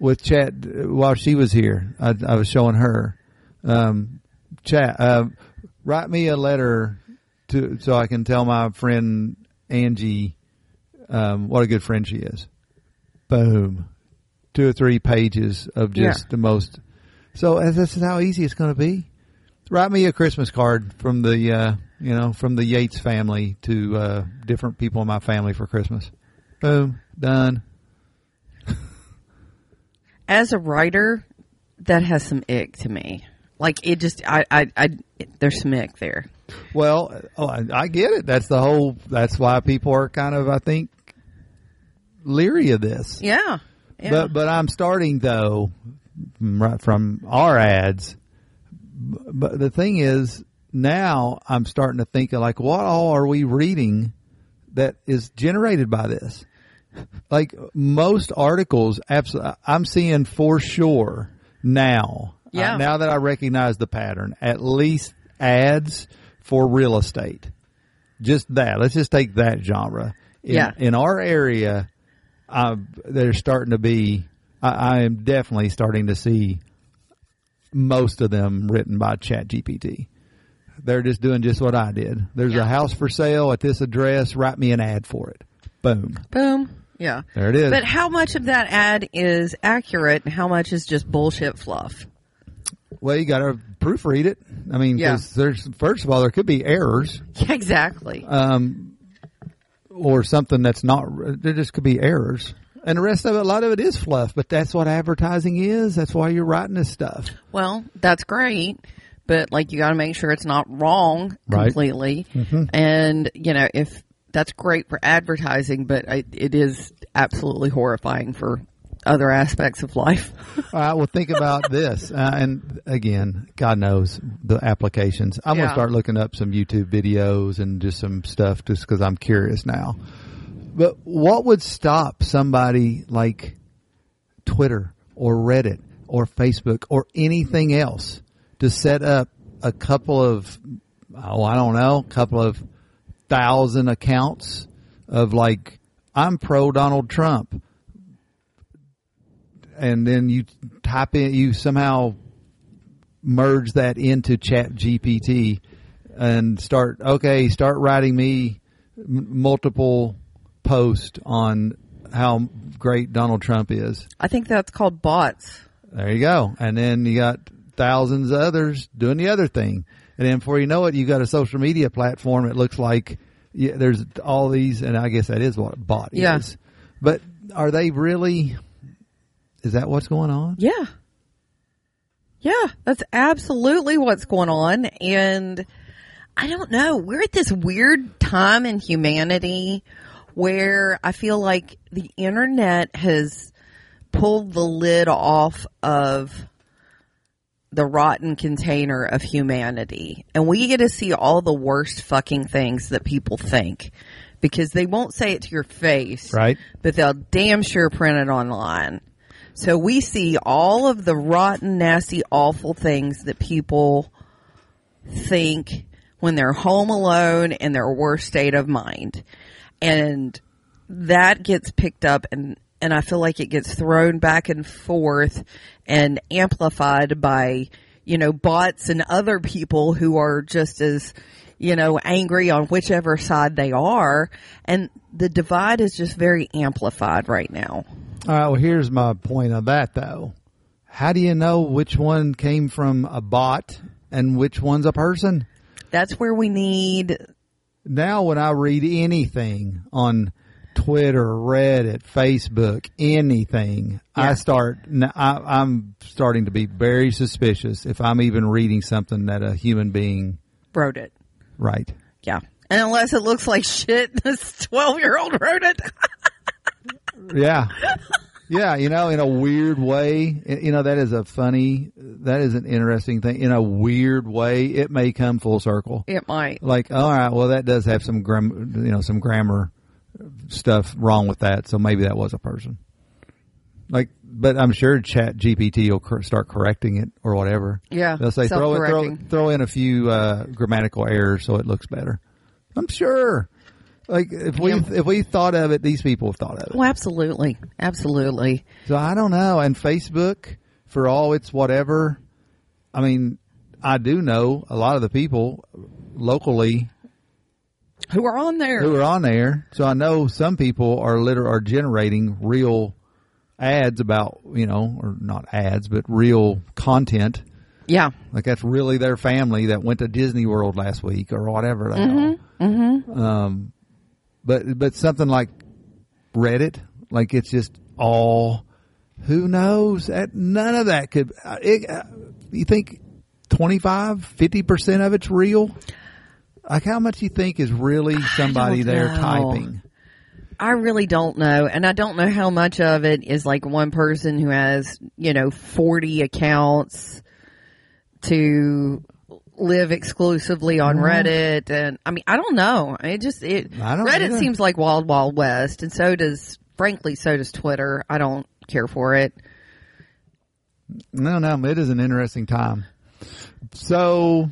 B: with chat while she was here, I, I was showing her um, chat. Uh, write me a letter to so I can tell my friend Angie um, what a good friend she is. Boom, two or three pages of just
A: Yeah.
B: the most. So as this is how easy it's going to be. Write me a Christmas card from the uh, you know from the Yates family to uh, different people in my family for Christmas. Boom, done.
A: As a writer, that has some ick to me. Like it just, I, I, I there's some ick there.
B: Well, oh, I, I get it. That's the whole. That's why people are kind of, I think, leery of this.
A: Yeah. Yeah.
B: But but I'm starting though, right from our ads. B- But the thing is, now I'm starting to think of like, what all are we reading that is generated by this? Like most articles, absolutely. I'm seeing for sure now.
A: Yeah.
B: Uh, now that I recognize the pattern, at least ads for real estate. Just that. Let's just take that genre. In,
A: Yeah.
B: In our area, I, they're starting to be. I, I am definitely starting to see most of them written by ChatGPT. They're just doing just what I did. There's
A: Yeah.
B: a house for sale at this address. Write me an ad for it. Boom.
A: Boom. Yeah.
B: There it is.
A: But how much of that ad is accurate and how much is just bullshit fluff?
B: well, you got to proofread it. I mean,
A: Yeah.
B: 'cause there's first of all, there could be errors
A: Yeah, exactly.
B: Uh, or something that's not. There just could be errors, and the rest of it, a lot of it is fluff. But that's what advertising is. That's why you're writing this stuff.
A: well, that's great. But like you got to make sure it's not wrong
B: Right. Mm-hmm.
A: completely. And you know, if that's great for advertising, but I, it is absolutely horrifying for other aspects of life.
B: All right. Well, think about this. Uh, and again, God knows the applications. I'm going
A: Yeah.
B: to start looking up some YouTube videos and just some stuff just because I'm curious now. But what would stop somebody like Twitter or Reddit or Facebook or anything else to set up a couple of, oh, I don't know, a couple of thousand accounts of like, I'm pro Donald Trump. And then you type in, you somehow merge that into chat GPT and start, okay, start writing me m- multiple posts on how great Donald Trump is.
A: I think that's called bots.
B: There you go. And then you got thousands of others doing the other thing. And then before you know it, you got a social media platform. It looks like yeah, there's all these, and I guess that is what a bot
A: Yeah.
B: is. But are they really? Is that what's going on?
A: Yeah. Yeah, that's absolutely what's going on. And I don't know. We're at this weird time in humanity where I feel like the internet has pulled the lid off of the rotten container of humanity. And we get to see all the worst fucking things that people think because they won't say it to your face
B: Right.
A: but they'll damn sure print it online. So we see all of the rotten, nasty, awful things that people think when they're home alone in their worst state of mind. And that gets picked up and, and I feel like it gets thrown back and forth and amplified by, you know, bots and other people who are just as, you know, angry on whichever side they are. And the divide is just very amplified right now.
B: All right. Well, here's my point of that though. How do you know which one came from a bot and which one's a person?
A: That's where we need,
B: now when I read anything on Twitter, Reddit, Facebook, anything,
A: Yeah.
B: I start. n- I, am starting to be very suspicious if I'm even reading something that a human being
A: wrote it.
B: write.
A: Yeah. And unless it looks like shit, this 12 year old wrote it.
B: Yeah, yeah. You know, in a weird way, y- you know that is a funny, that is an interesting thing. In a weird way, it may come full circle.
A: It might.
B: like all right well that does have some gram- you know some grammar stuff wrong with that so maybe that was a person like but i'm sure chat gpt will cor- start correcting it or whatever
A: Yeah,
B: they'll say throw, it, throw,
A: self-correcting.
B: throw in a few uh, grammatical errors so it looks better i'm sure like if we if we thought of it these people have thought of it
A: Oh, absolutely. Absolutely.
B: so I don't know. And Facebook, for all its whatever, I mean, I do know a lot of the people locally
A: Who are on there?
B: who are on there. So I know some people are liter are generating real ads about you know, or not ads, but real content.
A: Yeah.
B: Like that's really their family that went to Disney World last week or whatever. They mm Um, but but something like Reddit, like it's just all who knows that none of that could. uh, It, uh, you think 25, 50 percent of it's real? Like how much you think is really somebody there
A: know.
B: typing?
A: I really don't know. And I don't know how much of it is like one person who has, you know, 40 accounts to live exclusively on Reddit. And I mean, I don't know. It just, it,
B: I don't
A: Reddit
B: either.
A: seems like wild, wild west. And so does, frankly, so does Twitter. I don't care for it.
B: No, no, it is an interesting time. So,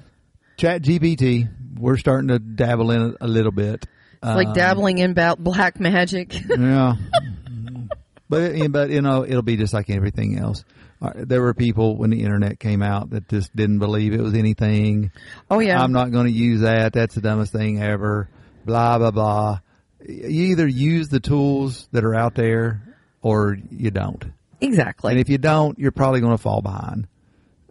B: ChatGPT, we're starting to dabble in it a little bit.
A: It's like dabbling in ba- black magic.
B: yeah. But it- but you know it'll be just like everything else. Uh, There were people when the internet came out that just didn't believe it was anything.
A: oh, yeah.
B: I'm not going to use that. That's the dumbest thing ever. Blah blah blah. You either use the tools that are out there or you don't.
A: exactly.
B: And if you don't, you're probably going to fall behind.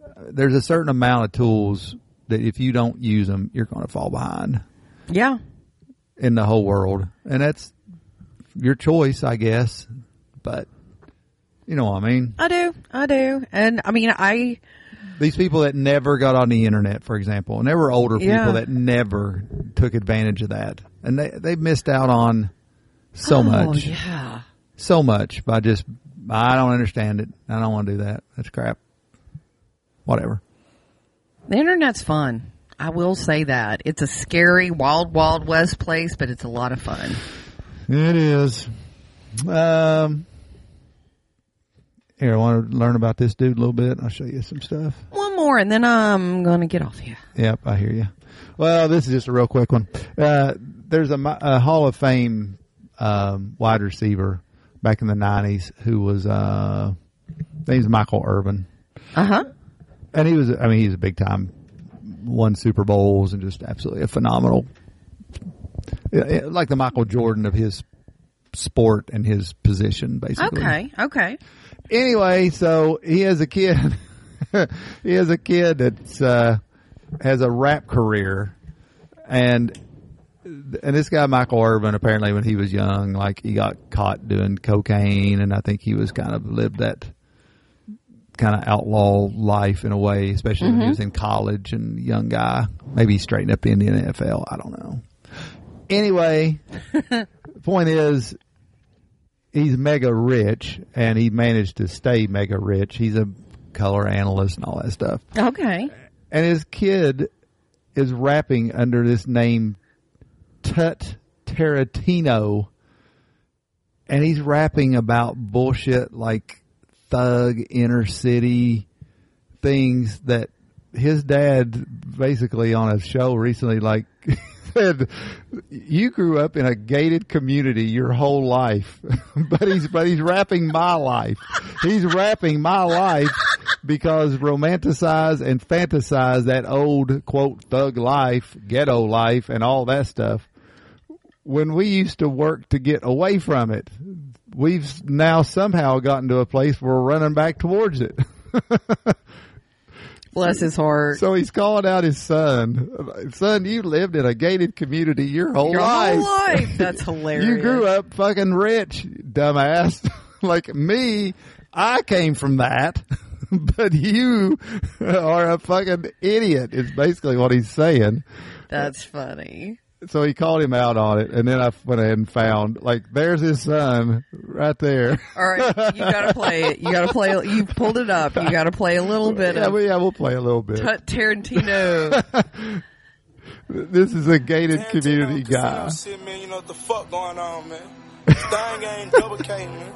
B: Uh, There's a certain amount of tools that if you don't use them, you're going to fall behind
A: yeah.
B: in the whole world. And that's your choice, I guess. But you know what I mean?
A: I do. I do. And I mean, I,
B: These people that never got on the internet, for example, and there were older
A: Yeah.
B: people that never took advantage of that. And they, they missed out on so
A: Oh,
B: much,
A: yeah.
B: so much by just, I don't understand it. I don't want to do that. That's crap. Whatever.
A: The internet's fun. I will say that. It's a scary, wild, wild west place, but it's a lot of fun.
B: It is. Um, Here, I want to learn about this dude a little bit. I'll show you some stuff.
A: One more, and then I'm gonna get off here.
B: Yep, I hear you. Well, this is just a real quick one. Uh, there's a, mi- a Hall of Fame um, wide receiver back in the '90s who was uh, his name's Michael Irvin,
A: Uh huh.
B: and he was I mean he's a big time, won Super Bowls and just absolutely a phenomenal, yeah, yeah, like the Michael Jordan of his sport and his position basically
A: Okay. Okay.
B: anyway, so he has a kid. he has a kid that's uh, has a rap career, and and this guy Michael Irvin apparently when he was young, like he got caught doing cocaine, and I think he was kind of lived that kind of outlaw life in a way, especially when he was in college and young guy. Maybe he straightened up in the NFL. I don't know. Anyway, point is he's mega rich and he managed to stay mega rich. He's a color analyst and all that stuff.
A: Okay.
B: And his kid is rapping under this name Tut Tarantino and he's rapping about bullshit like thug inner city things that his dad basically on a show recently like said you grew up in a gated community your whole life but he's but he's rapping my life he's rapping my life because romanticize and fantasize that old quote thug life ghetto life and all that stuff when we used to work to get away from it, we've now somehow gotten to a place where we're running back towards it.
A: Bless his heart.
B: So he's calling out his son. Son, you lived in a gated community your whole
A: Your
B: life.
A: whole life. That's hilarious.
B: You grew up fucking rich, dumbass. like me, I came from that. but you are a fucking idiot is basically what he's saying.
A: That's funny.
B: so he called him out on it, and then I went ahead and found like there's his son right there.
A: All right, you gotta play it. You gotta play. You pulled it up. You gotta play a little bit
B: Yeah,
A: of
B: we, yeah, we'll play a little bit.
A: Tut Tarantino.
B: This is a gated
C: Man,
B: community
C: take out
B: guy.
C: the same Shit, man, you know what the fuck going on, man. This thing ain't double K, man.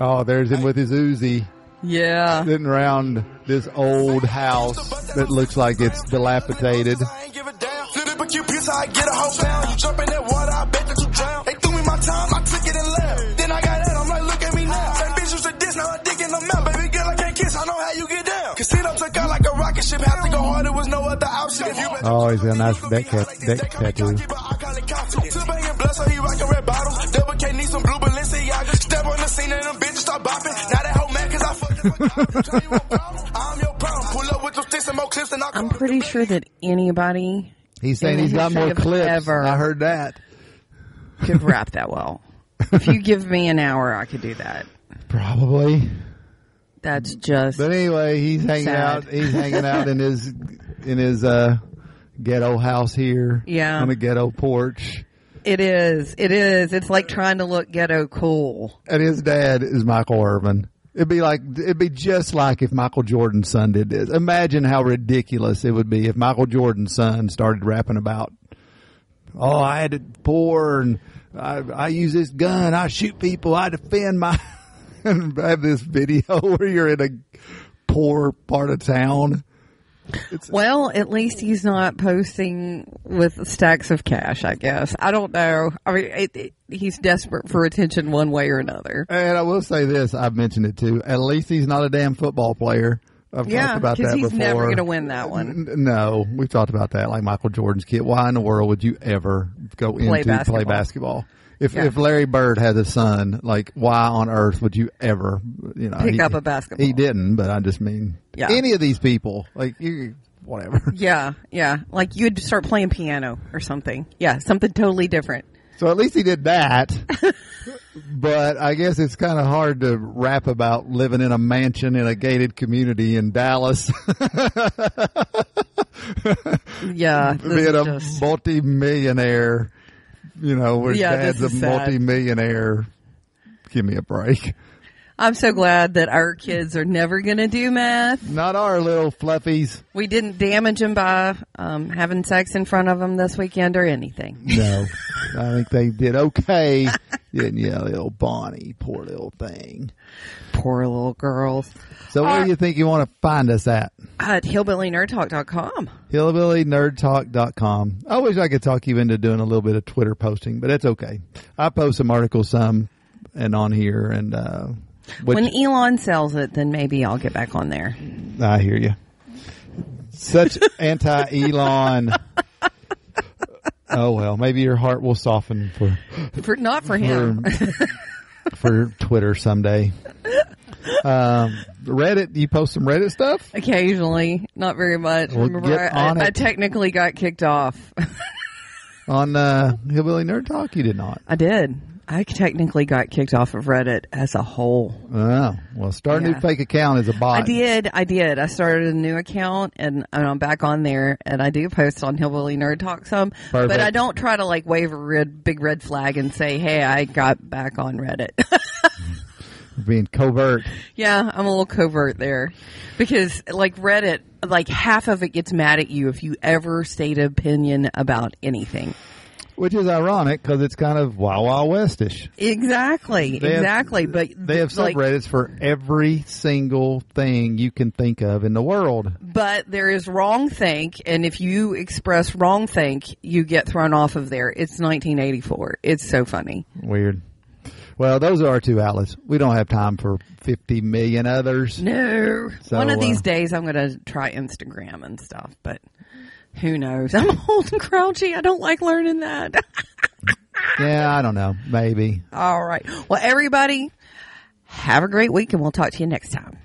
B: Oh, there's him with his Uzi
A: yeah.
B: sitting around this old house that looks like it's dilapidated.
C: I ain't give a damn. Flip it, but you piss, I get a whole pound. You jump in that water, I bet that you drown. They threw me my time, I took it and left. Then I got out, I'm like, look at me now. That bitch used to diss, now her dick in the mouth. Baby girl, I can't kiss, I know how you get down. Casino took out like a rocket ship, had to go hard, there was no other option. If you bet-
B: Oh, he's got a nice neck tat- neck tattoo.
C: but I call it confidence. Still banging blood, so he rockin' red bottles. Double K need some blue Balenciaga. Step on the scene and them bitches start bopping. Now that whole man, cause I fucking forgot. Tell you what, problem, I'm your problem. Pull up with those sticks and more clips and I'll
A: I'm pretty sure that anybody
B: He's saying he's got more clips.
A: Ever.
B: I heard that.
A: could rap that well. If you give me an hour, I could do that.
B: Probably.
A: That's just
B: But anyway, he's hanging
A: Sad.
B: out. He's hanging out in his in his uh, ghetto house here.
A: Yeah.
B: on a ghetto porch.
A: it is. It is. It's like trying to look ghetto cool.
B: and his dad is Michael Irvin. It'd be like it'd be just like if Michael Jordan's son did this. Imagine how ridiculous it would be if Michael Jordan's son started rapping about, "Oh, I had it poor, and I, I use this gun, I shoot people, I defend my." and have this video where you're in a poor part of town.
A: Well, at least he's not posting with stacks of cash. I guess I don't know. I mean, it, it, he's desperate for attention one way or another.
B: And I will say this: I've mentioned it too. At least he's not a damn football player. I've
A: Yeah,
B: talked about that
A: he's
B: before.
A: never going to win that one.
B: N- No, we've talked about that. Like Michael Jordan's kid. Why in the world would you ever go into play
A: basketball.
B: basketball? If
A: Yeah.
B: if Larry Bird had a son, like why on earth would you ever you know
A: Pick up a basketball.
B: He didn't, but I just mean
A: Yeah.
B: any of these people, like you, whatever.
A: Yeah, yeah. Like you'd start playing piano or something. Yeah, something totally different.
B: So at least he did that. but I guess it's kind of hard to rap about living in a mansion in a gated community in Dallas,
A: Yeah, this
B: being
A: is
B: a
A: just-
B: multi-millionaire. You know, where
A: Yeah,
B: dad's a
A: this is sad.
B: multi-millionaire. Give me a break.
A: I'm so glad that our kids are never going to do math.
B: Not our little fluffies.
A: We didn't damage them by um, having sex in front of them this weekend or anything.
B: No, I think they did okay. Didn't yeah, little Bonnie, poor little thing.
A: poor little girls.
B: So where
A: Uh,
B: do you think you want to find us at?
A: At hillbillynerdtalk.com.
B: hillbillynerdtalk.com. I wish I could talk you into doing a little bit of Twitter posting, but that's okay. I post some articles, some and on here, and uh, which
A: When Elon sells it, then maybe I'll get back on there.
B: I hear you. Such anti-Elon. oh well, maybe your heart will soften for
A: For, not for
B: for,
A: him.
B: for Twitter someday. Um, Reddit, you post some Reddit stuff?
A: Occasionally, not very much.
B: Well,
A: Remember,
B: get
A: I,
B: on
A: I, I
B: it.
A: technically got kicked off.
B: on uh, Hillbilly Nerd Talk. You did not.
A: I did. I technically got kicked off of Reddit as a whole.
B: Oh, well, start a new
A: Yeah.
B: fake account is a bot.
A: I did. I did. I started a new account and, and I'm back on there and I do post on Hillbilly Nerd Talk some, but
B: Perfect.
A: I don't try to like wave a red, big red flag and say, Hey, I got back on Reddit.
B: Being covert.
A: yeah. I'm a little covert there because like Reddit, like half of it gets mad at you if you ever state an opinion about anything.
B: Which is ironic because it's kind of Wild Wild Westish.
A: Exactly.
B: They have-
A: exactly. but
B: They have
A: like,
B: subreddits for every single thing you can think of in the world.
A: but there is wrong think and if you express wrong think you get thrown off of there it's 1984 it's so funny
B: Weird. Well, those are our two outlets. We don't have time for 50 million others.
A: no
B: So,
A: one of these
B: uh,
A: days i'm gonna try instagram and stuff but who knows i'm old and grouchy i don't like learning that
B: Yeah, I don't know. Maybe.
A: all right well everybody have a great week and we'll talk to you next time